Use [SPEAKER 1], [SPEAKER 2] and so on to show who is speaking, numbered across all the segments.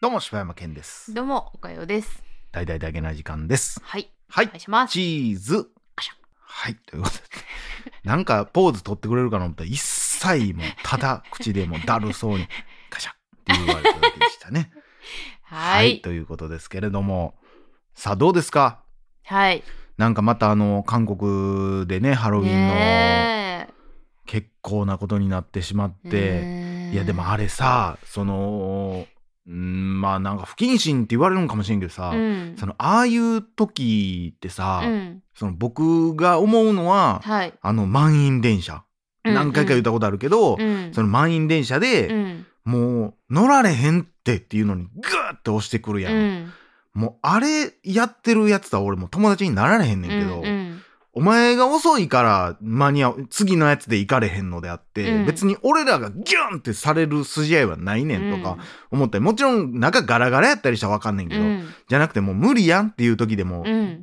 [SPEAKER 1] どうも、柴山健です。
[SPEAKER 2] どうも、おかよです。
[SPEAKER 1] 大々だけな時間です。
[SPEAKER 2] はい。
[SPEAKER 1] はい
[SPEAKER 2] お願いします。
[SPEAKER 1] チーズ
[SPEAKER 2] あしゃ。
[SPEAKER 1] はい、ということで。なんかポーズ取ってくれるかなと思ったら、一切もう、ただ口でもうだるそう に、ガシャって言われただけでしたね。
[SPEAKER 2] はい。はい。
[SPEAKER 1] ということですけれども、さあ、どうですかなんかまたあの、韓国でね、ハロウィンの
[SPEAKER 2] ねえ
[SPEAKER 1] 結構なことになってしまって、いやでもあれさそのうんまあなんか不謹慎って言われるのかもしれんけどさ、
[SPEAKER 2] うん、
[SPEAKER 1] そのああいう時ってさ、
[SPEAKER 2] うん、
[SPEAKER 1] その僕が思うのは、
[SPEAKER 2] はい。
[SPEAKER 1] あの満員電車、何回か言った
[SPEAKER 2] こ
[SPEAKER 1] ことあるけど、
[SPEAKER 2] うん、
[SPEAKER 1] その満員電車
[SPEAKER 2] う
[SPEAKER 1] で、
[SPEAKER 2] ん、
[SPEAKER 1] もう乗られへんってっていうのにグーって押してくる
[SPEAKER 2] う
[SPEAKER 1] やん、
[SPEAKER 2] ん、
[SPEAKER 1] もうあれやってるやつとは俺もう友達になられへんねんけど、
[SPEAKER 2] うんうん
[SPEAKER 1] お前が遅いから間に合う次のやつで行かれへんのであって、
[SPEAKER 2] うん
[SPEAKER 1] 別に俺らがギュンってされる筋合いはないねんとか思ったり、もちろん中ガラガラやったりしたらわかんねんけ
[SPEAKER 2] う
[SPEAKER 1] ど、
[SPEAKER 2] ん、
[SPEAKER 1] じゃなくてもう無理やんっていう時でも、
[SPEAKER 2] う
[SPEAKER 1] グー
[SPEAKER 2] ん、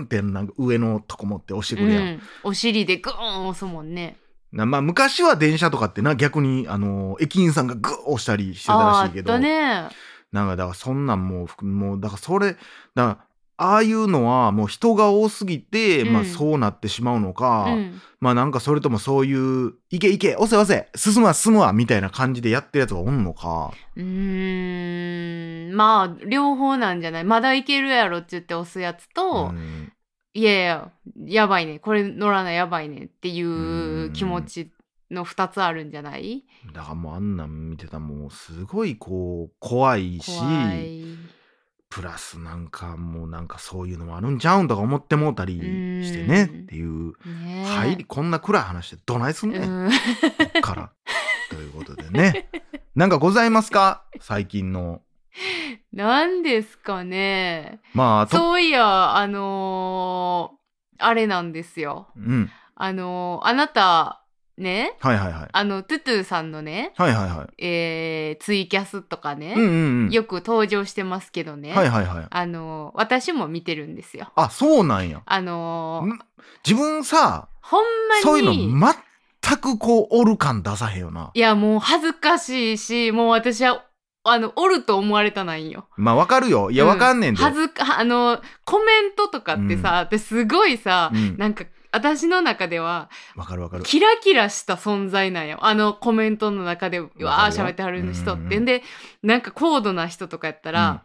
[SPEAKER 1] ンってなんか上のとこ持って押して
[SPEAKER 2] う
[SPEAKER 1] くるやん。
[SPEAKER 2] ん、お尻でグーン押すもんね。
[SPEAKER 1] なまあ昔は電車とかってな逆にあの駅員さんがグー押したりしてたらしいけど、
[SPEAKER 2] あーあったね。
[SPEAKER 1] なんかだからそんなんもうふくもうだからそれだからああいうのはもう人が多すぎて、
[SPEAKER 2] うん
[SPEAKER 1] まあそうなってしまうのか、
[SPEAKER 2] うん、
[SPEAKER 1] まあなんかそれともそういう、いけいけ、押せ押せ、進むわ進むわ、みたいな感じでやってるやつがおんのか。
[SPEAKER 2] うーん、まあ両方なんじゃない。まだいけるやろって言って押すやつと。
[SPEAKER 1] ん
[SPEAKER 2] いやいや、やばいね。これ乗らないやばいねっていう気持ちの2つあるんじゃない
[SPEAKER 1] だからもうあんなん見てたらもうすごいこう、怖いし、
[SPEAKER 2] 怖い。
[SPEAKER 1] プラスなんかもうなんかそういうのもあるんちゃうんとか思ってもうたりしてね、
[SPEAKER 2] うん
[SPEAKER 1] っていう、
[SPEAKER 2] ねえ
[SPEAKER 1] 入り、こんな暗い話でどないすんねん、こ
[SPEAKER 2] うん
[SPEAKER 1] っから。ということでね。 なんかございますか最近の。
[SPEAKER 2] なん ですかね。
[SPEAKER 1] まあ、と、
[SPEAKER 2] そういや、あのーあれなんですよ。
[SPEAKER 1] うん。
[SPEAKER 2] あのーあなた、ね、
[SPEAKER 1] はいはいはい。
[SPEAKER 2] あの、トゥトゥさんのね、
[SPEAKER 1] はいはいはい。
[SPEAKER 2] えーツイキャスとかね、
[SPEAKER 1] うんうんうん。
[SPEAKER 2] よく登場してますけどね、
[SPEAKER 1] はいはいはい。
[SPEAKER 2] あのー私も見てるんですよ。
[SPEAKER 1] あ、そうなんや。
[SPEAKER 2] あのー
[SPEAKER 1] ん自分さ、
[SPEAKER 2] ほんまに。
[SPEAKER 1] そういうの全くこうおる感出さへんよない
[SPEAKER 2] やもう恥ずかしいしもう私はあのおると思われたないんよ。
[SPEAKER 1] まあわかるよ。いや
[SPEAKER 2] う
[SPEAKER 1] わかんねんで。
[SPEAKER 2] 恥ずかあのコメントとかってさ、私すごいさ、
[SPEAKER 1] うん
[SPEAKER 2] なんか私の中では
[SPEAKER 1] わかるわかる。
[SPEAKER 2] キラキラした存在なんよあのコメントの中でわ
[SPEAKER 1] るよ
[SPEAKER 2] あ喋ってはる人って、
[SPEAKER 1] うん
[SPEAKER 2] でなんか高度な人とかやったら、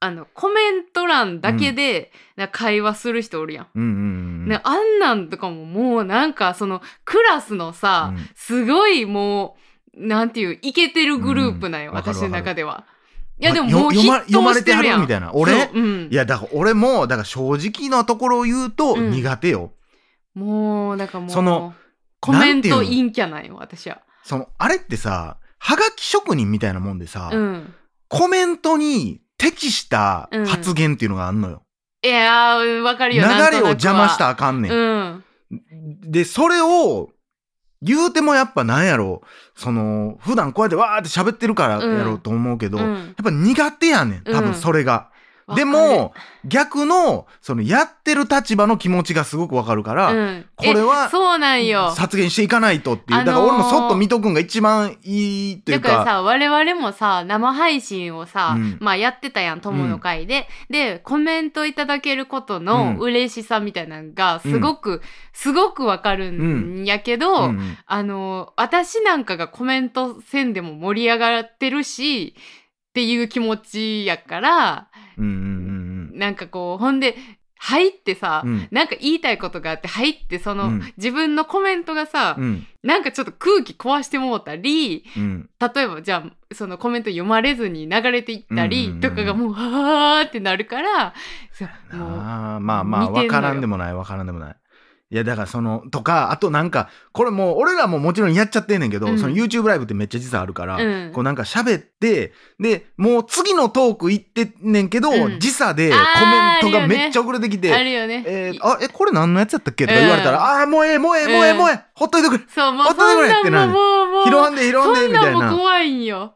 [SPEAKER 2] あのコメント欄だけで、なんか会話する人おるやん。
[SPEAKER 1] うんうんうんうん。
[SPEAKER 2] ね、あんなんとかももうなんかそのクラスのさ、
[SPEAKER 1] うん
[SPEAKER 2] すごいもうなんていうイケてるグループなんよ、
[SPEAKER 1] うんわかる
[SPEAKER 2] 私の
[SPEAKER 1] わかる
[SPEAKER 2] 中では。いや
[SPEAKER 1] あ
[SPEAKER 2] でも
[SPEAKER 1] よ
[SPEAKER 2] もう
[SPEAKER 1] 読ま
[SPEAKER 2] 筆
[SPEAKER 1] 読まれ
[SPEAKER 2] 頭してて
[SPEAKER 1] は
[SPEAKER 2] るや
[SPEAKER 1] る
[SPEAKER 2] ん
[SPEAKER 1] みたいな。俺
[SPEAKER 2] そううん
[SPEAKER 1] いやだから俺もだから正直なところを言うと
[SPEAKER 2] うん
[SPEAKER 1] 苦手よ。
[SPEAKER 2] もうだからもう
[SPEAKER 1] その
[SPEAKER 2] コメント
[SPEAKER 1] なんていうの
[SPEAKER 2] 陰キャなんよ私は。
[SPEAKER 1] そのあれってさ、はがき職人みたいなもんでさ、
[SPEAKER 2] うん、
[SPEAKER 1] コメントに適した
[SPEAKER 2] うん
[SPEAKER 1] 発言っていうのがあんのよ。
[SPEAKER 2] いやーわかる
[SPEAKER 1] 流
[SPEAKER 2] よ
[SPEAKER 1] れ
[SPEAKER 2] なんとなく
[SPEAKER 1] を
[SPEAKER 2] は
[SPEAKER 1] 邪魔したらあかんねん。
[SPEAKER 2] うん
[SPEAKER 1] で、それを、言うてもやっぱなんやろその、普段こうやってわーって喋ってるからやろうと思うけど、
[SPEAKER 2] う
[SPEAKER 1] やっ
[SPEAKER 2] ん
[SPEAKER 1] ぱ苦手やねん。多
[SPEAKER 2] う
[SPEAKER 1] 分
[SPEAKER 2] ん
[SPEAKER 1] それが。
[SPEAKER 2] わ
[SPEAKER 1] で
[SPEAKER 2] かる
[SPEAKER 1] も、逆の、その、やってる立場の気持ちがすごくわかるから、
[SPEAKER 2] うん、
[SPEAKER 1] これは
[SPEAKER 2] えそうなんよ。
[SPEAKER 1] 殺言していかないとっていう。
[SPEAKER 2] あのー
[SPEAKER 1] だから俺もそっと見とくんが一番いいという
[SPEAKER 2] だか
[SPEAKER 1] か。
[SPEAKER 2] らさ我々もさ生配信をさ、
[SPEAKER 1] うん
[SPEAKER 2] まあやってたやん友の会で、でコメントいただけること
[SPEAKER 1] うん
[SPEAKER 2] の嬉しさみたいなのがすごく、すごくわかるんやけど、
[SPEAKER 1] うんうん
[SPEAKER 2] あの私なんかがコメントせんでも盛り上がってるしっていう気持ちやから
[SPEAKER 1] うんうん
[SPEAKER 2] なんかこうほんで入ってさ、
[SPEAKER 1] うんうん。
[SPEAKER 2] なんか言いたいことがあって入ってその、
[SPEAKER 1] うん
[SPEAKER 2] 自分のコメントがさ、
[SPEAKER 1] うん。
[SPEAKER 2] なんかちょっと空気壊してもうたり、
[SPEAKER 1] うん。
[SPEAKER 2] 例えばじゃあそのコメント読まれずに流れていった
[SPEAKER 1] うんうんう
[SPEAKER 2] り
[SPEAKER 1] ん
[SPEAKER 2] とかがもうはーってなるからそうもう
[SPEAKER 1] なあまあまあ
[SPEAKER 2] 見てんの
[SPEAKER 1] 分
[SPEAKER 2] よ
[SPEAKER 1] からんでもない分からんでもない。いやだからそのとかあとなんかこれもう俺らももちろんやっちゃってんねんけど、
[SPEAKER 2] うん
[SPEAKER 1] その YouTube ライブってめっちゃ実はあるから、
[SPEAKER 2] うん
[SPEAKER 1] こうなんか喋ってでもう次のトーク行ってんねんけど、
[SPEAKER 2] うん
[SPEAKER 1] 時差でコ
[SPEAKER 2] あ
[SPEAKER 1] メ
[SPEAKER 2] ー
[SPEAKER 1] ントが
[SPEAKER 2] あるよね
[SPEAKER 1] めっちゃ遅れてきて「
[SPEAKER 2] あるよね、
[SPEAKER 1] えー
[SPEAKER 2] い
[SPEAKER 1] あえこれ何のやつやったっけ?」とか言われたら「ああーもうええもうええもうええ
[SPEAKER 2] うん
[SPEAKER 1] もうええほっといてくれ
[SPEAKER 2] そうもう
[SPEAKER 1] ほっといてくれ
[SPEAKER 2] そんなんもうもう
[SPEAKER 1] 拾
[SPEAKER 2] も
[SPEAKER 1] わ
[SPEAKER 2] うん
[SPEAKER 1] で拾わん
[SPEAKER 2] そ
[SPEAKER 1] で」
[SPEAKER 2] ん
[SPEAKER 1] みたい
[SPEAKER 2] なんも
[SPEAKER 1] な。
[SPEAKER 2] 怖いんよ。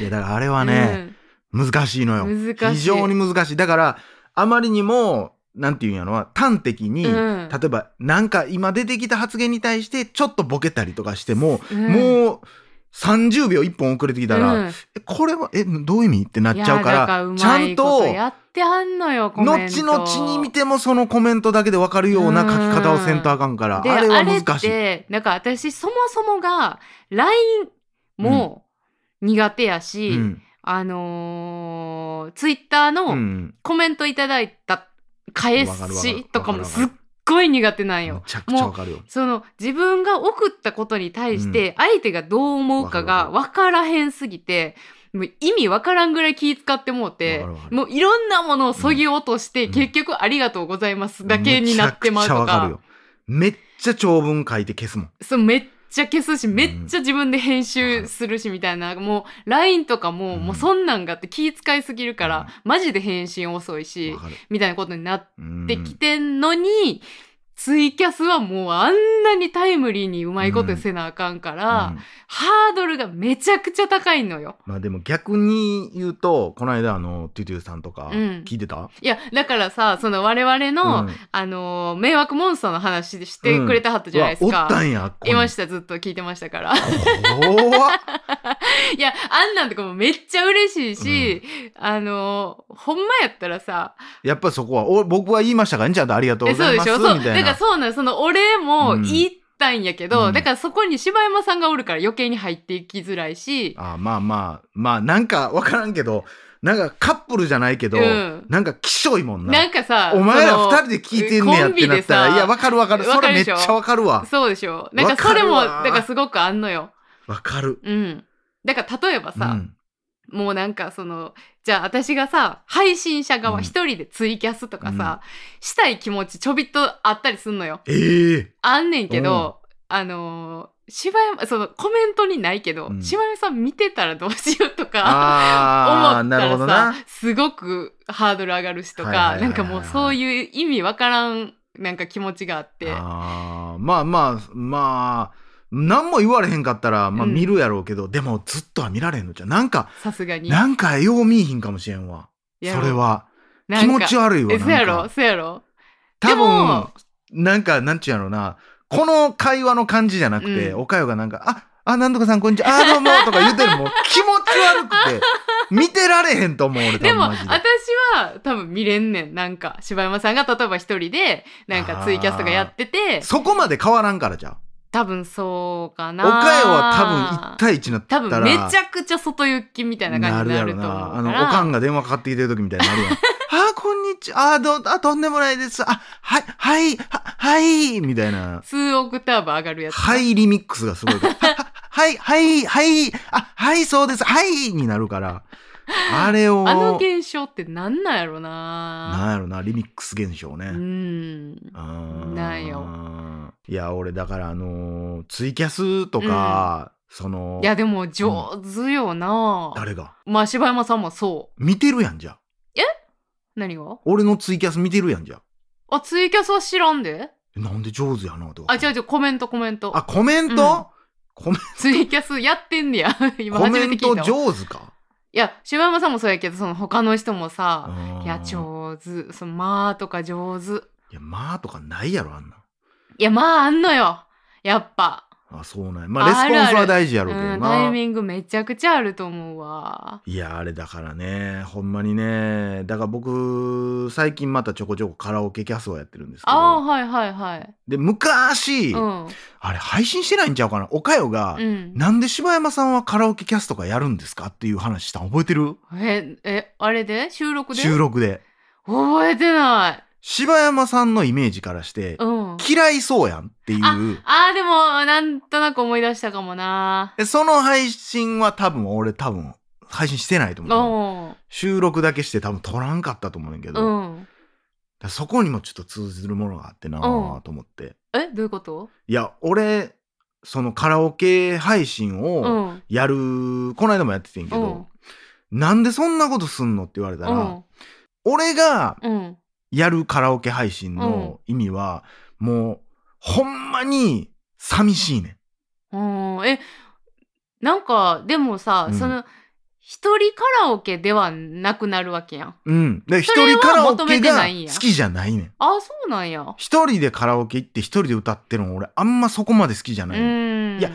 [SPEAKER 1] いやだからあれはね、難しいのよ。
[SPEAKER 2] 難しい
[SPEAKER 1] 非常に難しい。だからあまりにもなんていうんやろな端的
[SPEAKER 2] う
[SPEAKER 1] に、
[SPEAKER 2] ん、
[SPEAKER 1] 例えばなんか今出てきた発言に対してちょっとボケたりとかしても、
[SPEAKER 2] うん
[SPEAKER 1] もう30秒1本遅れてきたら、
[SPEAKER 2] うん
[SPEAKER 1] えこれはえどういう意味ってなっちゃうか
[SPEAKER 2] いや
[SPEAKER 1] ら
[SPEAKER 2] だう
[SPEAKER 1] ちゃ
[SPEAKER 2] ま
[SPEAKER 1] ん
[SPEAKER 2] いことやってはんのよコメント
[SPEAKER 1] 後々に見てもそのコメントだけで分かるような書き方をせんとあかんから
[SPEAKER 2] で
[SPEAKER 1] あれは難
[SPEAKER 2] あ
[SPEAKER 1] しい。
[SPEAKER 2] れってなんか私そもそもが LINE も苦手やし、
[SPEAKER 1] うん
[SPEAKER 2] あのー、Twitter
[SPEAKER 1] う
[SPEAKER 2] の
[SPEAKER 1] ん、
[SPEAKER 2] コメントいただいた返
[SPEAKER 1] わかるわかる
[SPEAKER 2] しとかも
[SPEAKER 1] わか
[SPEAKER 2] す
[SPEAKER 1] る
[SPEAKER 2] っ
[SPEAKER 1] わか
[SPEAKER 2] ごい苦手なん
[SPEAKER 1] め
[SPEAKER 2] よ。
[SPEAKER 1] ちゃくちゃ分かるよ。
[SPEAKER 2] その自分が送ったことに対して相手がどう思うかが分からへんすぎてもう意味分からんぐらい気使ってもうて
[SPEAKER 1] わかるわかる
[SPEAKER 2] もういろんなものをそぎ落として
[SPEAKER 1] うん
[SPEAKER 2] 結局「ありがとうございます」だけになってまうと
[SPEAKER 1] めちゃくちゃ分かる
[SPEAKER 2] か
[SPEAKER 1] よ。めっちゃ長文書いて消すもん。
[SPEAKER 2] そうめっちゃ消すし
[SPEAKER 1] ん
[SPEAKER 2] めっちゃ自分で編集するしみたいなもう LINE とかも
[SPEAKER 1] うん
[SPEAKER 2] もうそんなんがあって気使いすぎるからマジで返信遅いし
[SPEAKER 1] 分かる。
[SPEAKER 2] みたいなことになっ
[SPEAKER 1] うん
[SPEAKER 2] てきてんのに、ツイキャスはもうあんなにタイムリーにうまいことせなあかんから、
[SPEAKER 1] うん
[SPEAKER 2] ハードルがめちゃくちゃ高いのよ。
[SPEAKER 1] まあでも逆に言うとこの間あのトゥトゥさんとか
[SPEAKER 2] うん
[SPEAKER 1] 聞いてた、
[SPEAKER 2] いやだからさその我々の、
[SPEAKER 1] うん
[SPEAKER 2] あのー迷惑モンスターの話してくれたはったじゃないです
[SPEAKER 1] うわおった
[SPEAKER 2] か。
[SPEAKER 1] んや
[SPEAKER 2] いましたたずっと聞いてましたから。
[SPEAKER 1] 怖っ
[SPEAKER 2] いやあんなんとかもめっちゃ嬉しいし、あのーほんまやったらさ
[SPEAKER 1] やっぱそこはお僕は言いましたからねちゃんとありがとう
[SPEAKER 2] え
[SPEAKER 1] ご
[SPEAKER 2] そ
[SPEAKER 1] ざい
[SPEAKER 2] うで
[SPEAKER 1] ます
[SPEAKER 2] しょそう
[SPEAKER 1] み
[SPEAKER 2] だ
[SPEAKER 1] た
[SPEAKER 2] か
[SPEAKER 1] い
[SPEAKER 2] ら
[SPEAKER 1] な
[SPEAKER 2] そうなんそのお礼も
[SPEAKER 1] うん
[SPEAKER 2] 言ったんやけど、
[SPEAKER 1] うん
[SPEAKER 2] だからそこに柴山さんがおるから余計に入っていきづらいし、
[SPEAKER 1] あまあまあまあなんか分からんけどなんかカップルじゃないけど、
[SPEAKER 2] うん
[SPEAKER 1] なんかきしょいもんな
[SPEAKER 2] なんかさ
[SPEAKER 1] お前ら
[SPEAKER 2] その
[SPEAKER 1] 二人で聞いてんねやってなった
[SPEAKER 2] コンビで
[SPEAKER 1] ら
[SPEAKER 2] さ
[SPEAKER 1] いや分かる分かる
[SPEAKER 2] わ
[SPEAKER 1] そ
[SPEAKER 2] か
[SPEAKER 1] れ
[SPEAKER 2] る
[SPEAKER 1] め
[SPEAKER 2] で
[SPEAKER 1] っ
[SPEAKER 2] し
[SPEAKER 1] ち
[SPEAKER 2] ょ
[SPEAKER 1] ゃ分かるわ
[SPEAKER 2] そうでしょなんかそれも
[SPEAKER 1] わかるわ
[SPEAKER 2] だからすごくあんのよ
[SPEAKER 1] 分かる
[SPEAKER 2] うんだから例えば
[SPEAKER 1] う
[SPEAKER 2] さ、
[SPEAKER 1] ん
[SPEAKER 2] もうなんかそのじゃあ私がさ配信者
[SPEAKER 1] う
[SPEAKER 2] 側
[SPEAKER 1] ん
[SPEAKER 2] 一人でツイキャスとかさ、したい気持ちちょびっとあったりすんのよ
[SPEAKER 1] ええ
[SPEAKER 2] あんねんけど、あのー柴山そのコメントにないけど、
[SPEAKER 1] うん
[SPEAKER 2] 柴山さん見てたらどうしようとか
[SPEAKER 1] あ
[SPEAKER 2] 思
[SPEAKER 1] あ
[SPEAKER 2] った
[SPEAKER 1] なる
[SPEAKER 2] ら
[SPEAKER 1] ほどな
[SPEAKER 2] さすごくハードル上がるしと
[SPEAKER 1] はいはい
[SPEAKER 2] か
[SPEAKER 1] はい
[SPEAKER 2] な
[SPEAKER 1] はい
[SPEAKER 2] んかもうそういう意味わからんなんか気持ちがあって
[SPEAKER 1] あーまあまあまあ何も言われへんかったら、まあ、
[SPEAKER 2] うん
[SPEAKER 1] 見るやろうけど、でもずっとは見られへんのじゃうなんか
[SPEAKER 2] さすがに
[SPEAKER 1] なんかよう見えひんかもしれんわ
[SPEAKER 2] やろ
[SPEAKER 1] それは
[SPEAKER 2] なん
[SPEAKER 1] 気
[SPEAKER 2] か
[SPEAKER 1] 持ち悪いわ
[SPEAKER 2] え
[SPEAKER 1] なん
[SPEAKER 2] そうやろ
[SPEAKER 1] か
[SPEAKER 2] そうやろ
[SPEAKER 1] 多分
[SPEAKER 2] で
[SPEAKER 1] なんかなんちゅうやろなこの会話の感じじゃなくて、
[SPEAKER 2] うん
[SPEAKER 1] おかよがなんか「ああなんとかさんこんにちはあーどうも」とか言ってるのも う気持ち悪くて見てられへんと思う俺多
[SPEAKER 2] で
[SPEAKER 1] 分
[SPEAKER 2] も
[SPEAKER 1] マ
[SPEAKER 2] 私
[SPEAKER 1] ジ
[SPEAKER 2] は多分見れんねんなんか柴山さんが例えば一人でなんかツイキャスとかやってて
[SPEAKER 1] そこまで変わらんからじゃ
[SPEAKER 2] 多分そうか
[SPEAKER 1] お
[SPEAKER 2] な
[SPEAKER 1] かよは多分1対1になった
[SPEAKER 2] 多
[SPEAKER 1] ら
[SPEAKER 2] 分めちゃくちゃ外行きみたいな感じになると思う
[SPEAKER 1] な
[SPEAKER 2] から
[SPEAKER 1] あの、おかんが電話かかってきてる時みたいになるやん。あー、こんにちは。あー、どう、あ、とんでもないです。あ、はい、はい、は、はい、みたいな。
[SPEAKER 2] 数オクターブ上がるやつ
[SPEAKER 1] はい、リミックスがすごい。 はははい、はい、はい、あ、はい、そうです。はい、になるから。あれを、
[SPEAKER 2] あ
[SPEAKER 1] な
[SPEAKER 2] の
[SPEAKER 1] ん
[SPEAKER 2] 現象ってなんなんやろな
[SPEAKER 1] やろな、リミックス現象
[SPEAKER 2] う
[SPEAKER 1] ね。
[SPEAKER 2] ん
[SPEAKER 1] うん
[SPEAKER 2] なんよ。
[SPEAKER 1] いや、俺、だから、あのーツイキャスとか、その
[SPEAKER 2] い、やでも上手よな、
[SPEAKER 1] 誰が
[SPEAKER 2] まあ柴山さんもそ
[SPEAKER 1] 見てるやんじゃあ。
[SPEAKER 2] う何が
[SPEAKER 1] 俺のツイキャス見てるやんじゃあ。
[SPEAKER 2] あツイキャスは知らんで
[SPEAKER 1] えなんで上手やな、とか。
[SPEAKER 2] あ違う違うコメントコメント
[SPEAKER 1] あ、コメント、コメ
[SPEAKER 2] ツイキャスやってんねや 今
[SPEAKER 1] コ
[SPEAKER 2] 初め
[SPEAKER 1] メ
[SPEAKER 2] て
[SPEAKER 1] ン
[SPEAKER 2] 聞
[SPEAKER 1] ト
[SPEAKER 2] いたわい
[SPEAKER 1] 上手か。
[SPEAKER 2] や柴山さんもそうやけどその他の人もさ
[SPEAKER 1] あー
[SPEAKER 2] いや上手そのまあとか上手
[SPEAKER 1] いや、まあとかないやろ、あんな。
[SPEAKER 2] いやまああんのよやっぱ
[SPEAKER 1] あ、そうなんや。まあ、レスポン
[SPEAKER 2] あ
[SPEAKER 1] ス
[SPEAKER 2] るあ
[SPEAKER 1] は
[SPEAKER 2] る
[SPEAKER 1] 大事や
[SPEAKER 2] う
[SPEAKER 1] ろうけど
[SPEAKER 2] んタイ
[SPEAKER 1] な。
[SPEAKER 2] ミングめちゃくちゃあると思うわ
[SPEAKER 1] いや、あれだからね、ほんまにね。だから僕、最近またちょこちょこカラオケキャスをやってるんですけ
[SPEAKER 2] あー
[SPEAKER 1] ど。
[SPEAKER 2] はいはいはい
[SPEAKER 1] で、昔、
[SPEAKER 2] うん
[SPEAKER 1] あれ、配信してないんちゃうかな。おかよが、
[SPEAKER 2] うん
[SPEAKER 1] なんで柴山さんはカラオケキャスとかやるんですかっていう話したの覚えてる
[SPEAKER 2] ええあれで収録で
[SPEAKER 1] 収録で。
[SPEAKER 2] 覚えてない
[SPEAKER 1] 柴山さんのイメージからして、
[SPEAKER 2] うん
[SPEAKER 1] 嫌いそうやんっていう。
[SPEAKER 2] あーでもなんとなく思い出したかもな
[SPEAKER 1] でその配信は多分俺多分配信してないと
[SPEAKER 2] う
[SPEAKER 1] 思う。
[SPEAKER 2] ん
[SPEAKER 1] 収録だけして多分撮らんかったと思うんやけど、だか
[SPEAKER 2] うん
[SPEAKER 1] らそこにもちょっと通ずるものがあってな
[SPEAKER 2] う
[SPEAKER 1] ぁ
[SPEAKER 2] ん
[SPEAKER 1] と思って。
[SPEAKER 2] えどういうこと
[SPEAKER 1] いや、俺、そのカラオケ配信
[SPEAKER 2] う
[SPEAKER 1] を
[SPEAKER 2] ん
[SPEAKER 1] やる、この間もやっててんけ
[SPEAKER 2] う
[SPEAKER 1] ど
[SPEAKER 2] ん、
[SPEAKER 1] なんでそんなことすんのって言われたら、
[SPEAKER 2] うん
[SPEAKER 1] 俺が
[SPEAKER 2] うん
[SPEAKER 1] やるカラオケ配信の意味は、もう、ほんまに寂しいねん。
[SPEAKER 2] うんえなんかでもさ、
[SPEAKER 1] うん
[SPEAKER 2] その一人カラオケではなくなるわけやん
[SPEAKER 1] うん。で、一
[SPEAKER 2] それ
[SPEAKER 1] 人
[SPEAKER 2] は
[SPEAKER 1] カラオケ
[SPEAKER 2] 求めて
[SPEAKER 1] が
[SPEAKER 2] ないんや
[SPEAKER 1] 好きじゃないねん。
[SPEAKER 2] あそうなんや
[SPEAKER 1] 一人でカラオケ行って一人で歌ってるの俺あんまそこまで好きじゃ
[SPEAKER 2] う
[SPEAKER 1] ない、
[SPEAKER 2] ん
[SPEAKER 1] いや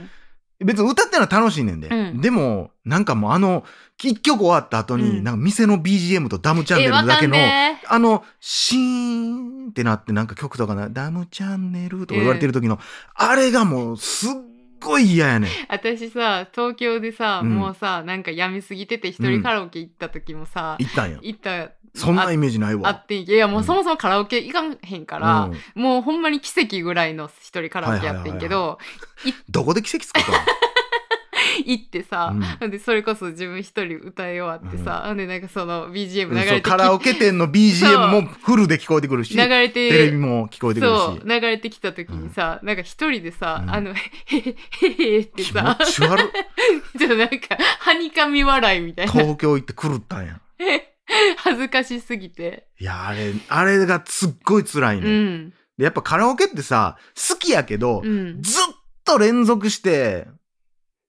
[SPEAKER 1] 別に歌ってのは楽しいねんで、
[SPEAKER 2] うん
[SPEAKER 1] でもなんかもうあの一曲終わった後に、
[SPEAKER 2] うん
[SPEAKER 1] なんか店の BGM とダムチャンネ
[SPEAKER 2] え、
[SPEAKER 1] ル
[SPEAKER 2] わ
[SPEAKER 1] だ
[SPEAKER 2] か
[SPEAKER 1] け
[SPEAKER 2] ん
[SPEAKER 1] の、
[SPEAKER 2] ね
[SPEAKER 1] あのシーンってなってなんか曲とかなダムチャンネルとか言われてる時の、あれがもうすっごい嫌やねん
[SPEAKER 2] え。 私さ、東京でさ、
[SPEAKER 1] うん
[SPEAKER 2] もうさ、なんか病みすぎてて一人カラオケ行った時もさ、
[SPEAKER 1] 行ったんや
[SPEAKER 2] 行った、
[SPEAKER 1] そんなイメージない
[SPEAKER 2] あ
[SPEAKER 1] わ
[SPEAKER 2] っていやもううんそもそもカラオケ行かんへんか
[SPEAKER 1] う
[SPEAKER 2] ら、
[SPEAKER 1] ん
[SPEAKER 2] もうほんまに奇跡ぐらいの一人カラオケやってんけど
[SPEAKER 1] どこで奇跡作ったの
[SPEAKER 2] 行って さ、
[SPEAKER 1] うん
[SPEAKER 2] でそれこそ自分一人歌い終わってさ、でなんかその BGM 流
[SPEAKER 1] そ
[SPEAKER 2] れ
[SPEAKER 1] う
[SPEAKER 2] て
[SPEAKER 1] カラオ
[SPEAKER 2] き
[SPEAKER 1] ケ店の BGM もフルで聞こえてくるし
[SPEAKER 2] 流
[SPEAKER 1] テ
[SPEAKER 2] れて
[SPEAKER 1] レビも聞こえてくる
[SPEAKER 2] そう
[SPEAKER 1] し
[SPEAKER 2] 流れてきた時にさ、なんか一人でさ、
[SPEAKER 1] うん
[SPEAKER 2] あの「へへへへ」って
[SPEAKER 1] 気持
[SPEAKER 2] さ
[SPEAKER 1] ち 悪っ
[SPEAKER 2] ちょっとなんかはにかみ笑いみたいな
[SPEAKER 1] 東京行って狂ったんや
[SPEAKER 2] 恥ずかしすぎて、
[SPEAKER 1] いやあれあれがすっごい辛いね、
[SPEAKER 2] うん
[SPEAKER 1] でやっぱカラオケってさ好きやけど、
[SPEAKER 2] うん
[SPEAKER 1] ずっと連続して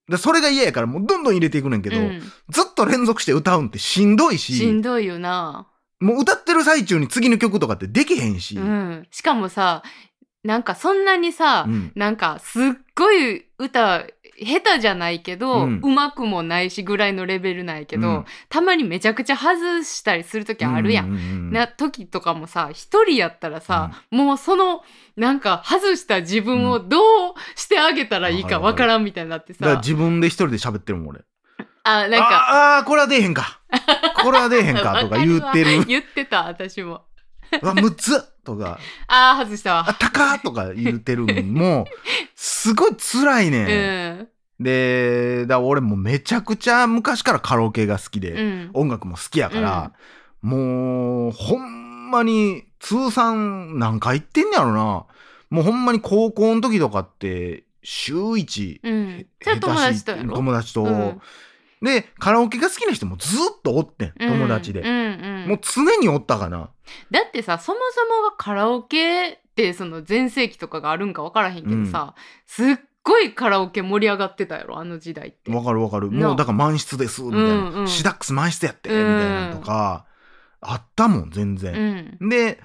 [SPEAKER 1] でそれが嫌やからもうどんどん入れていくねんけど、
[SPEAKER 2] うん
[SPEAKER 1] ずっと連続して歌うんってしんどいし
[SPEAKER 2] しんどいよな
[SPEAKER 1] もう歌ってる最中に次の曲とかってできへんし、
[SPEAKER 2] うん、しかもさなんかそんなにさ、
[SPEAKER 1] うん
[SPEAKER 2] なんかすっごい歌下手じゃないけど、
[SPEAKER 1] う
[SPEAKER 2] うんまくもないしぐらいのレベルないけど、
[SPEAKER 1] うん
[SPEAKER 2] たまにめちゃくちゃ外したりする時あるやん。
[SPEAKER 1] ううううん
[SPEAKER 2] な時とかもさ一人やったらさ、もうそのなんか外した自分をどうしてあげたらいいかわからんみたいになって
[SPEAKER 1] だから
[SPEAKER 2] さ、
[SPEAKER 1] 自分で一人で喋ってるもん俺
[SPEAKER 2] あなんか
[SPEAKER 1] ああーこれは出えへんかこれは出えへんかとか言って
[SPEAKER 2] わかわ
[SPEAKER 1] る
[SPEAKER 2] 言ってた私も
[SPEAKER 1] うわむずっとか
[SPEAKER 2] あー外した
[SPEAKER 1] あ
[SPEAKER 2] わ
[SPEAKER 1] たかとか言ってるんもうすごい辛いうね、
[SPEAKER 2] ん
[SPEAKER 1] ん、でだから俺もうめちゃくちゃ昔からカラオケが好きで、
[SPEAKER 2] うん
[SPEAKER 1] 音楽も好きやから、もうほんまに通算何回行ってんねやろなもうほんまに高校の時とかって週1、
[SPEAKER 2] うんじゃあ友達とやろ
[SPEAKER 1] 友達と、
[SPEAKER 2] うん
[SPEAKER 1] でカラオケが好きな人もずっとおってん友達で、
[SPEAKER 2] うんうんうん
[SPEAKER 1] もう常におったかな
[SPEAKER 2] だってさそもそもがカラオケってその全盛期とかがあるんか分からへんけどさ、すっごいカラオケ盛り上がってたやろあの時代って。
[SPEAKER 1] わかるわかる
[SPEAKER 2] な
[SPEAKER 1] もうだから満室ですみたいな、
[SPEAKER 2] うんうん
[SPEAKER 1] シダックス満室やってみたいなのとか、あったもん全然、
[SPEAKER 2] うん
[SPEAKER 1] で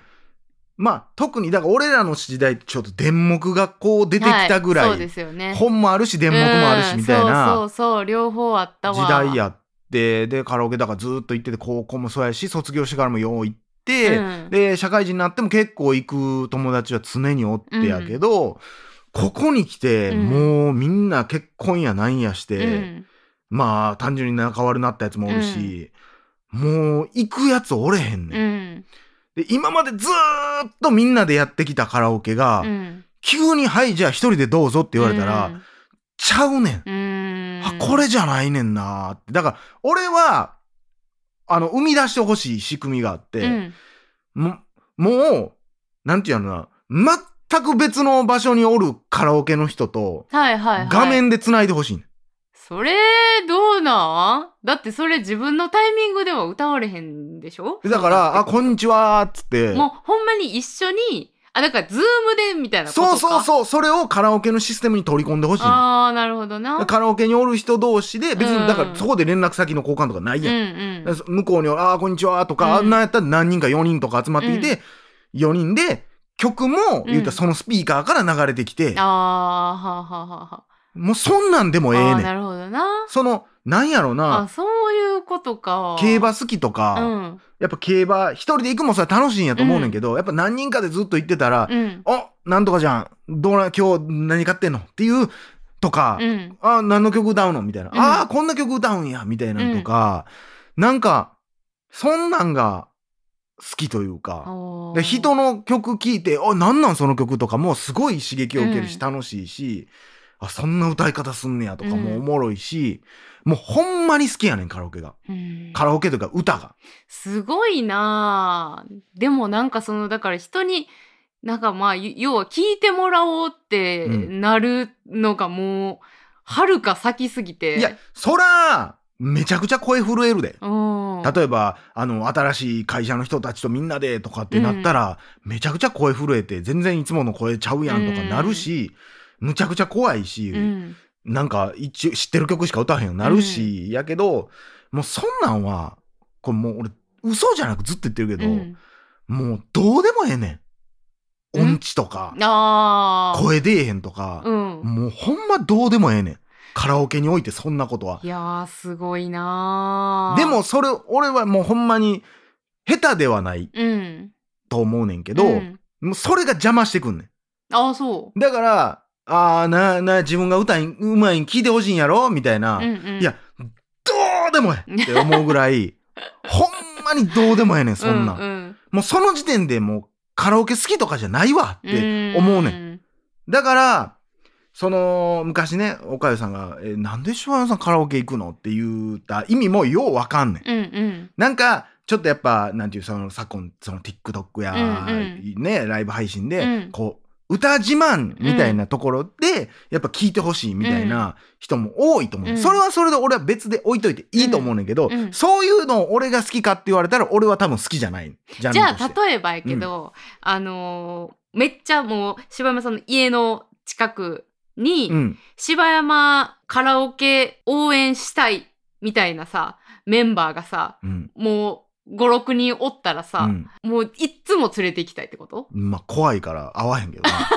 [SPEAKER 1] まあ特にだから俺らの時代ってちょっと電目がこう出てきたぐらい、
[SPEAKER 2] はそうですよね。
[SPEAKER 1] 本もあるし電目もあるしみたい
[SPEAKER 2] うんそ
[SPEAKER 1] な
[SPEAKER 2] うそうそう両方あったわ。
[SPEAKER 1] 時代やってでカラオケだからずっと行ってて高校もそうやし卒業してからもよう行って、
[SPEAKER 2] うん
[SPEAKER 1] で社会人になっても結構行く友達は常におってやけど、ここに来て、
[SPEAKER 2] うん
[SPEAKER 1] もうみんな結婚やなんやし
[SPEAKER 2] う
[SPEAKER 1] て、
[SPEAKER 2] ん
[SPEAKER 1] まあ単純に仲悪なったやつもおるし、もう行くやつおれへんね、
[SPEAKER 2] うんん
[SPEAKER 1] で今までずーっとみんなでやってきたカラオケが、
[SPEAKER 2] うん、
[SPEAKER 1] 急に「はいじゃあ一人でどうぞ」って言われたら、ちゃうねん、
[SPEAKER 2] うん、うん
[SPEAKER 1] あこれじゃないねんなーってだから俺はあの生み出してほしい仕組みがあって、
[SPEAKER 2] うん
[SPEAKER 1] ももうなんていうのな全く別の場所におるカラオケの人と
[SPEAKER 2] はいはいはい、
[SPEAKER 1] 画面でつないでほしいねん、
[SPEAKER 2] それどうなんだってそれ自分のタイミングでは歌われへんでしょ
[SPEAKER 1] だから「あこんにちは」っつって
[SPEAKER 2] もうほんまに一緒に、あ、だからズームでみたいなこと
[SPEAKER 1] そ
[SPEAKER 2] か。
[SPEAKER 1] うそう
[SPEAKER 2] う。
[SPEAKER 1] そうそれをカラオケのシステムに取り込んでほしいねん
[SPEAKER 2] ああ、なるほどな。
[SPEAKER 1] カラオケにおる人同士で別
[SPEAKER 2] う
[SPEAKER 1] に
[SPEAKER 2] ん
[SPEAKER 1] だからそこで連絡先の交換とかない
[SPEAKER 2] うん
[SPEAKER 1] やん、
[SPEAKER 2] う
[SPEAKER 1] だ
[SPEAKER 2] ん。
[SPEAKER 1] から向こうに「ああこんにちは」とか、
[SPEAKER 2] うん
[SPEAKER 1] あんなんやったら何人か4人とか集まってきて、4人で曲も言うたらそのスピーカーから流れてきて、
[SPEAKER 2] ああ、はあはあはあは
[SPEAKER 1] もうそんなんでもえ
[SPEAKER 2] あ。
[SPEAKER 1] え
[SPEAKER 2] あー
[SPEAKER 1] ね
[SPEAKER 2] なんるほどな。
[SPEAKER 1] そのなんやろ
[SPEAKER 2] あ、
[SPEAKER 1] な
[SPEAKER 2] そういうことか。
[SPEAKER 1] 競馬好きと
[SPEAKER 2] う
[SPEAKER 1] か、
[SPEAKER 2] ん。
[SPEAKER 1] やっぱ競馬一人で行くもさ楽しいんやと思うねんけど、やっぱ何人かでずっと行ってたら「
[SPEAKER 2] うん。
[SPEAKER 1] あなんとかじゃんどうな今日何買ってんの?」っていうとか、
[SPEAKER 2] うん。
[SPEAKER 1] あ何の曲歌うのみたいな、
[SPEAKER 2] うん
[SPEAKER 1] ああこんな曲歌うんやみたいなのとか、なんかそんなんが好きというか、
[SPEAKER 2] おー
[SPEAKER 1] で人の曲聴いて「あなんなんその曲」とかもすごい刺激を受けるし
[SPEAKER 2] うん
[SPEAKER 1] 楽しいし、あそんな歌い方すんねやとか
[SPEAKER 2] う
[SPEAKER 1] も
[SPEAKER 2] ん
[SPEAKER 1] おもろいし、もうほんまに好きやねんカラオケが
[SPEAKER 2] うん
[SPEAKER 1] カラオケというか歌が。
[SPEAKER 2] すごいなあでもなんかそのだから人になんかまあゆ要は聞いてもらおうって
[SPEAKER 1] うん
[SPEAKER 2] なるのがもうはるか先すぎて
[SPEAKER 1] いやそらめちゃくちゃ声震えるで。
[SPEAKER 2] うん
[SPEAKER 1] 例えばあの新しい会社の人たちとみんなでとかってなったら、めちゃくちゃ声震えて全然いつもの声ちゃうやんとかなるし、むちゃくちゃ怖いし、
[SPEAKER 2] うん
[SPEAKER 1] なんか一応知ってる曲しか歌わへんようになるし、やけどもうそんなんはこれもう俺嘘じゃなくずっと言ってるけど、
[SPEAKER 2] うん
[SPEAKER 1] もうどうでもええねん。
[SPEAKER 2] うん
[SPEAKER 1] 音痴とか、
[SPEAKER 2] ああ
[SPEAKER 1] 声出えへんとか、
[SPEAKER 2] うん
[SPEAKER 1] もうほんまどうでもええねん。カラオケにおいてそんなことは。
[SPEAKER 2] いやー、すごいなー
[SPEAKER 1] でも、それ、俺はもうほんまに、下手ではない
[SPEAKER 2] うん。
[SPEAKER 1] と思うねんけど、
[SPEAKER 2] うん
[SPEAKER 1] もうそれが邪魔してくんね
[SPEAKER 2] ああ、そ
[SPEAKER 1] ん。だから、ああ、な、な、自分が歌い、うまいん聞いてほしいんやろみたいな、
[SPEAKER 2] う。うんうん。
[SPEAKER 1] いやどうでもええって思うぐら い、ほんまにどうでもええねん、そんなん。
[SPEAKER 2] ううん
[SPEAKER 1] もうその時点でもうカラオケ好きとかじゃないわって思うねん。
[SPEAKER 2] ん。
[SPEAKER 1] だから、その昔ね、岡かさんが、え、なんでしわさんカラオケ行くのって言った意味もようわかんねん。
[SPEAKER 2] うんうん。
[SPEAKER 1] なんか、ちょっとやっぱ、なんていう、その昨今、その TikTok や、
[SPEAKER 2] うん
[SPEAKER 1] ね、ライブ配信で、
[SPEAKER 2] うん
[SPEAKER 1] こう、歌自慢みたいなところで、やっぱ聞いてほしいみたいな人も多いと思う、
[SPEAKER 2] うん
[SPEAKER 1] それはそれで俺は別で置いといていいと思うねんけど、
[SPEAKER 2] うんうん
[SPEAKER 1] そういうのを俺が好きかって言われたら、俺は多分好きじゃない。じゃ
[SPEAKER 2] じゃあ、例えばやけど、あのーめっちゃもう、柴山さんの家の近くに、
[SPEAKER 1] うん。
[SPEAKER 2] 柴山カラオケ応援したいみたいなさ、メンバーがさ、
[SPEAKER 1] うん。
[SPEAKER 2] もう5、6人おったら
[SPEAKER 1] う
[SPEAKER 2] さ、
[SPEAKER 1] ん
[SPEAKER 2] もういっつも連れて行きたいってこと
[SPEAKER 1] まあ、怖いから会わへんけどな。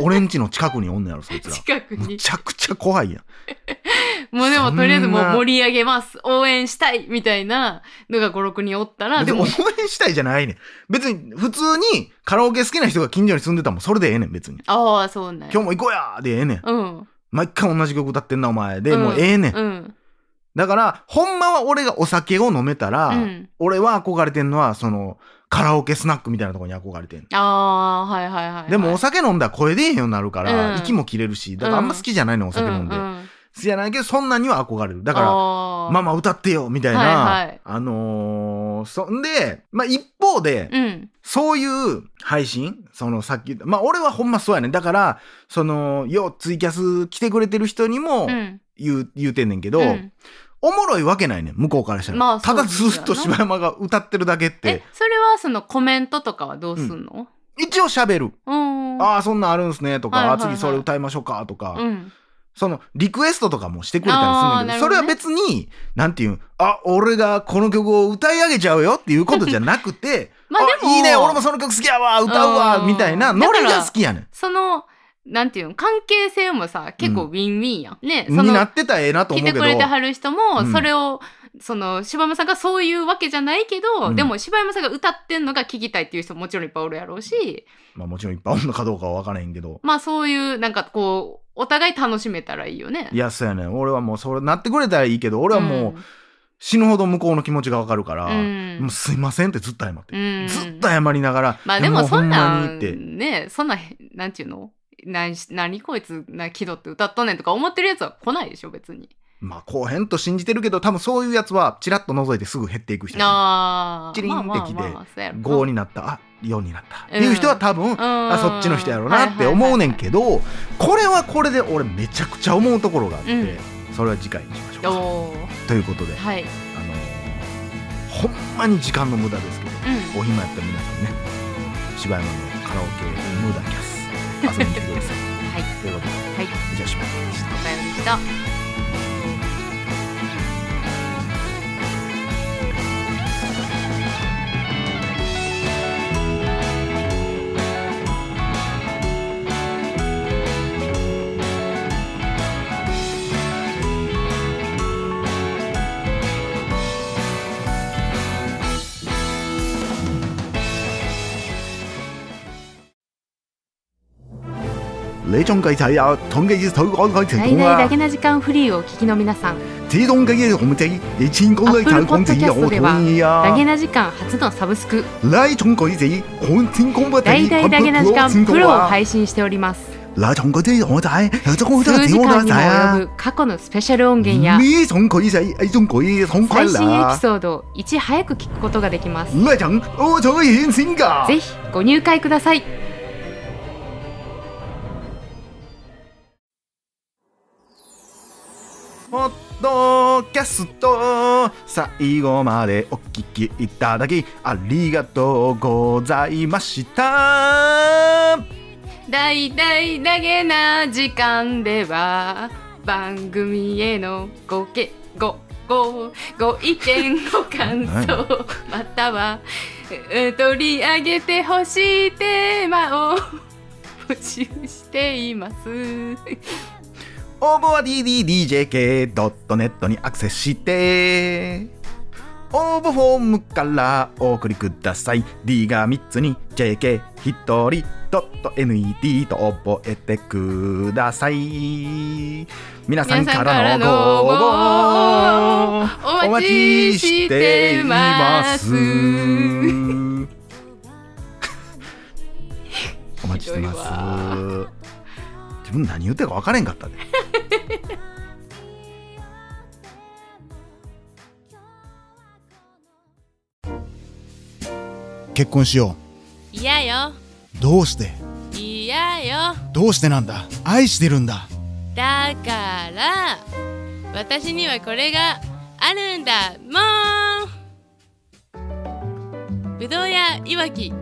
[SPEAKER 1] 俺んちの近くにおんのやろ、そいつら。
[SPEAKER 2] 近く
[SPEAKER 1] む
[SPEAKER 2] に。
[SPEAKER 1] ちゃくちゃ怖いやん。
[SPEAKER 2] もうで
[SPEAKER 1] そ
[SPEAKER 2] も
[SPEAKER 1] んな
[SPEAKER 2] とりあえずもう盛り上げます。応援したいみたいなのが5、6人おったら、
[SPEAKER 1] で
[SPEAKER 2] で
[SPEAKER 1] も、応
[SPEAKER 2] も、
[SPEAKER 1] 援したいじゃないねん。別に、普通にカラオケ好きな人が近所に住んでたらもんそれでええねん、別に。
[SPEAKER 2] ああ、そうなんや
[SPEAKER 1] 今日も行こうやーでええねん。
[SPEAKER 2] うん。
[SPEAKER 1] 毎回同じ曲歌ってんな、お前。で、
[SPEAKER 2] うん
[SPEAKER 1] もうええねん。
[SPEAKER 2] うん。
[SPEAKER 1] だから、ほんまは俺がお酒を飲めたら、
[SPEAKER 2] うん。
[SPEAKER 1] 俺は憧れてんのは、その、カラオケスナックみたいなところに憧れてんの。
[SPEAKER 2] ああ、はいはいはいはい。
[SPEAKER 1] でもお酒飲んだら声出えへんようになるから、
[SPEAKER 2] うん
[SPEAKER 1] 息も切れるし、だからあんま好きじゃないの、お酒飲んで。
[SPEAKER 2] う
[SPEAKER 1] 好
[SPEAKER 2] んうん
[SPEAKER 1] きじゃないけど、そんなには憧れる。だから、
[SPEAKER 2] あー
[SPEAKER 1] ママ歌ってよみたいな、
[SPEAKER 2] はいはい
[SPEAKER 1] あのーそんで、まあ、一方で、
[SPEAKER 2] うん。
[SPEAKER 1] そういう配信そのさっき言ったまあ俺はほんまそうやねだからそのようツイキャス来てくれてる人にも
[SPEAKER 2] うん
[SPEAKER 1] 言う,、言うてんねんけど、
[SPEAKER 2] うん
[SPEAKER 1] おもろいわけないねん向こうからしたら、
[SPEAKER 2] まあそ
[SPEAKER 1] た
[SPEAKER 2] うで
[SPEAKER 1] だ
[SPEAKER 2] すよね
[SPEAKER 1] ずっと柴山が歌ってるだけっ
[SPEAKER 2] え
[SPEAKER 1] て、
[SPEAKER 2] それはそのコメントとかはどうすんの
[SPEAKER 1] 一応喋る、
[SPEAKER 2] うん。
[SPEAKER 1] ああそんなんあるんすねとか、
[SPEAKER 2] はいはいはい
[SPEAKER 1] あ次それ歌いましょうかとか、
[SPEAKER 2] うん。
[SPEAKER 1] そのリクエストとかもしてくれたりするんだけど
[SPEAKER 2] あーなるほ
[SPEAKER 1] そ
[SPEAKER 2] ど
[SPEAKER 1] れ
[SPEAKER 2] ね
[SPEAKER 1] は別になんていうんあ俺がこの曲を歌い上げちゃうよっていうことじゃなくて
[SPEAKER 2] まあでも
[SPEAKER 1] いいね俺もその曲好きやわ歌うわ
[SPEAKER 2] うん
[SPEAKER 1] みたいなノリが好きやねん。
[SPEAKER 2] その、なんていうの、関係性もさ、結構ウィンウィンやん。ね、そ
[SPEAKER 1] にな
[SPEAKER 2] の、
[SPEAKER 1] ってたらええなと
[SPEAKER 2] 来
[SPEAKER 1] 思うけ
[SPEAKER 2] て
[SPEAKER 1] ど
[SPEAKER 2] くれてはる人も、
[SPEAKER 1] うん
[SPEAKER 2] それを、その、柴山さんがそういうわけじゃないけど、
[SPEAKER 1] うん
[SPEAKER 2] でも柴山さんが歌ってんのが聞きたいっていう人ももちろんいっぱいおるやろうし、
[SPEAKER 1] まあ、もちろんいっぱいおんのかどうかは分からへんけど
[SPEAKER 2] まあそういう、なんかこう、お互い楽しめたらいいよね。
[SPEAKER 1] いやそうやねん俺はもうそれなってくれたらいいけど俺はもう死ぬほど向こうの気持ちが分かるから、
[SPEAKER 2] うん
[SPEAKER 1] もうすいませんってずっと謝って、
[SPEAKER 2] うん
[SPEAKER 1] ずっと謝りながら、
[SPEAKER 2] まあ
[SPEAKER 1] いや
[SPEAKER 2] でもそんな
[SPEAKER 1] もうほんまにって
[SPEAKER 2] んねそんなへなんちゅうの何し何こいつな気取って歌っとんねんとか思ってるやつは来ないでしょ別に。
[SPEAKER 1] まあこうへんと信じてるけど多分そういうやつはチラッと覗いてすぐ減っていく人やねん
[SPEAKER 2] ああ
[SPEAKER 1] チリンってきて5
[SPEAKER 2] 五
[SPEAKER 1] になったあ4になったっ
[SPEAKER 2] う
[SPEAKER 1] て
[SPEAKER 2] ん
[SPEAKER 1] いう人は多分、あそっちの人やろうなって思うねんけど、これはこれで俺めちゃくちゃ思うところがあって、
[SPEAKER 2] うん
[SPEAKER 1] それは次回にしましょう
[SPEAKER 2] お
[SPEAKER 1] か
[SPEAKER 2] おー
[SPEAKER 1] ということで、あ
[SPEAKER 2] はい、
[SPEAKER 1] のーほんまに時間の無駄ですけど
[SPEAKER 2] う
[SPEAKER 1] お暇やったら皆さんね柴山のカラオケ無駄キャス遊びに来てください
[SPEAKER 2] ん、はい
[SPEAKER 1] ということで
[SPEAKER 2] はい
[SPEAKER 1] じゃあ柴山でした
[SPEAKER 2] お便りでした。
[SPEAKER 1] 雷中計仔啊統計頭講開成
[SPEAKER 2] 大
[SPEAKER 1] 功
[SPEAKER 2] 々
[SPEAKER 1] 啊
[SPEAKER 2] だけな時間フリーをお聞きの皆さん、
[SPEAKER 1] 自動計嘅紅仔你千公雷
[SPEAKER 2] Apple
[SPEAKER 1] 產公子
[SPEAKER 2] Podcast
[SPEAKER 1] 我
[SPEAKER 2] では
[SPEAKER 1] 同意啊
[SPEAKER 2] だげな時間初のサブスク、
[SPEAKER 1] 雷中計仔看天空不
[SPEAKER 2] 大
[SPEAKER 1] 敵
[SPEAKER 2] 々だけな時間
[SPEAKER 1] 天
[SPEAKER 2] プ
[SPEAKER 1] 空
[SPEAKER 2] ロを
[SPEAKER 1] 啊
[SPEAKER 2] 配信しております。
[SPEAKER 1] 雷中計仔我仔有種好多
[SPEAKER 2] 数時
[SPEAKER 1] 天空大
[SPEAKER 2] 間にも
[SPEAKER 1] 仔啊
[SPEAKER 2] 及ぶ過去のスペシャル音源や
[SPEAKER 1] 呢種計仔呢種計統計
[SPEAKER 2] 最新エピ
[SPEAKER 1] 啦
[SPEAKER 2] ソードをいち早く聞くことができます。
[SPEAKER 1] 雷中我才顯先噶
[SPEAKER 2] ぜひご入会ください。
[SPEAKER 1] ポッドキャスト最後までお聞きいただきありがとうございました
[SPEAKER 2] 大々だげな時間では番組へのごけごごご意見ご感想またはえー取り上げてほしいテーマを募集しています。
[SPEAKER 1] 「応募は ddjk.net にアクセスして応募フォームからお送りください D が3つに JK1 人 .net と覚えてください皆さんからのご応募
[SPEAKER 2] お待ちしています。
[SPEAKER 1] お待ちしてます
[SPEAKER 2] ひどいわ。
[SPEAKER 1] 自分何言ってるか分からへんかったで。
[SPEAKER 3] 結婚しよ
[SPEAKER 2] 嫌よ、
[SPEAKER 3] うどうして
[SPEAKER 2] 嫌よ。
[SPEAKER 3] どうしてなんだ愛してるんだ
[SPEAKER 2] だから、私にはこれがあるんだもん。ぶどうやいわき、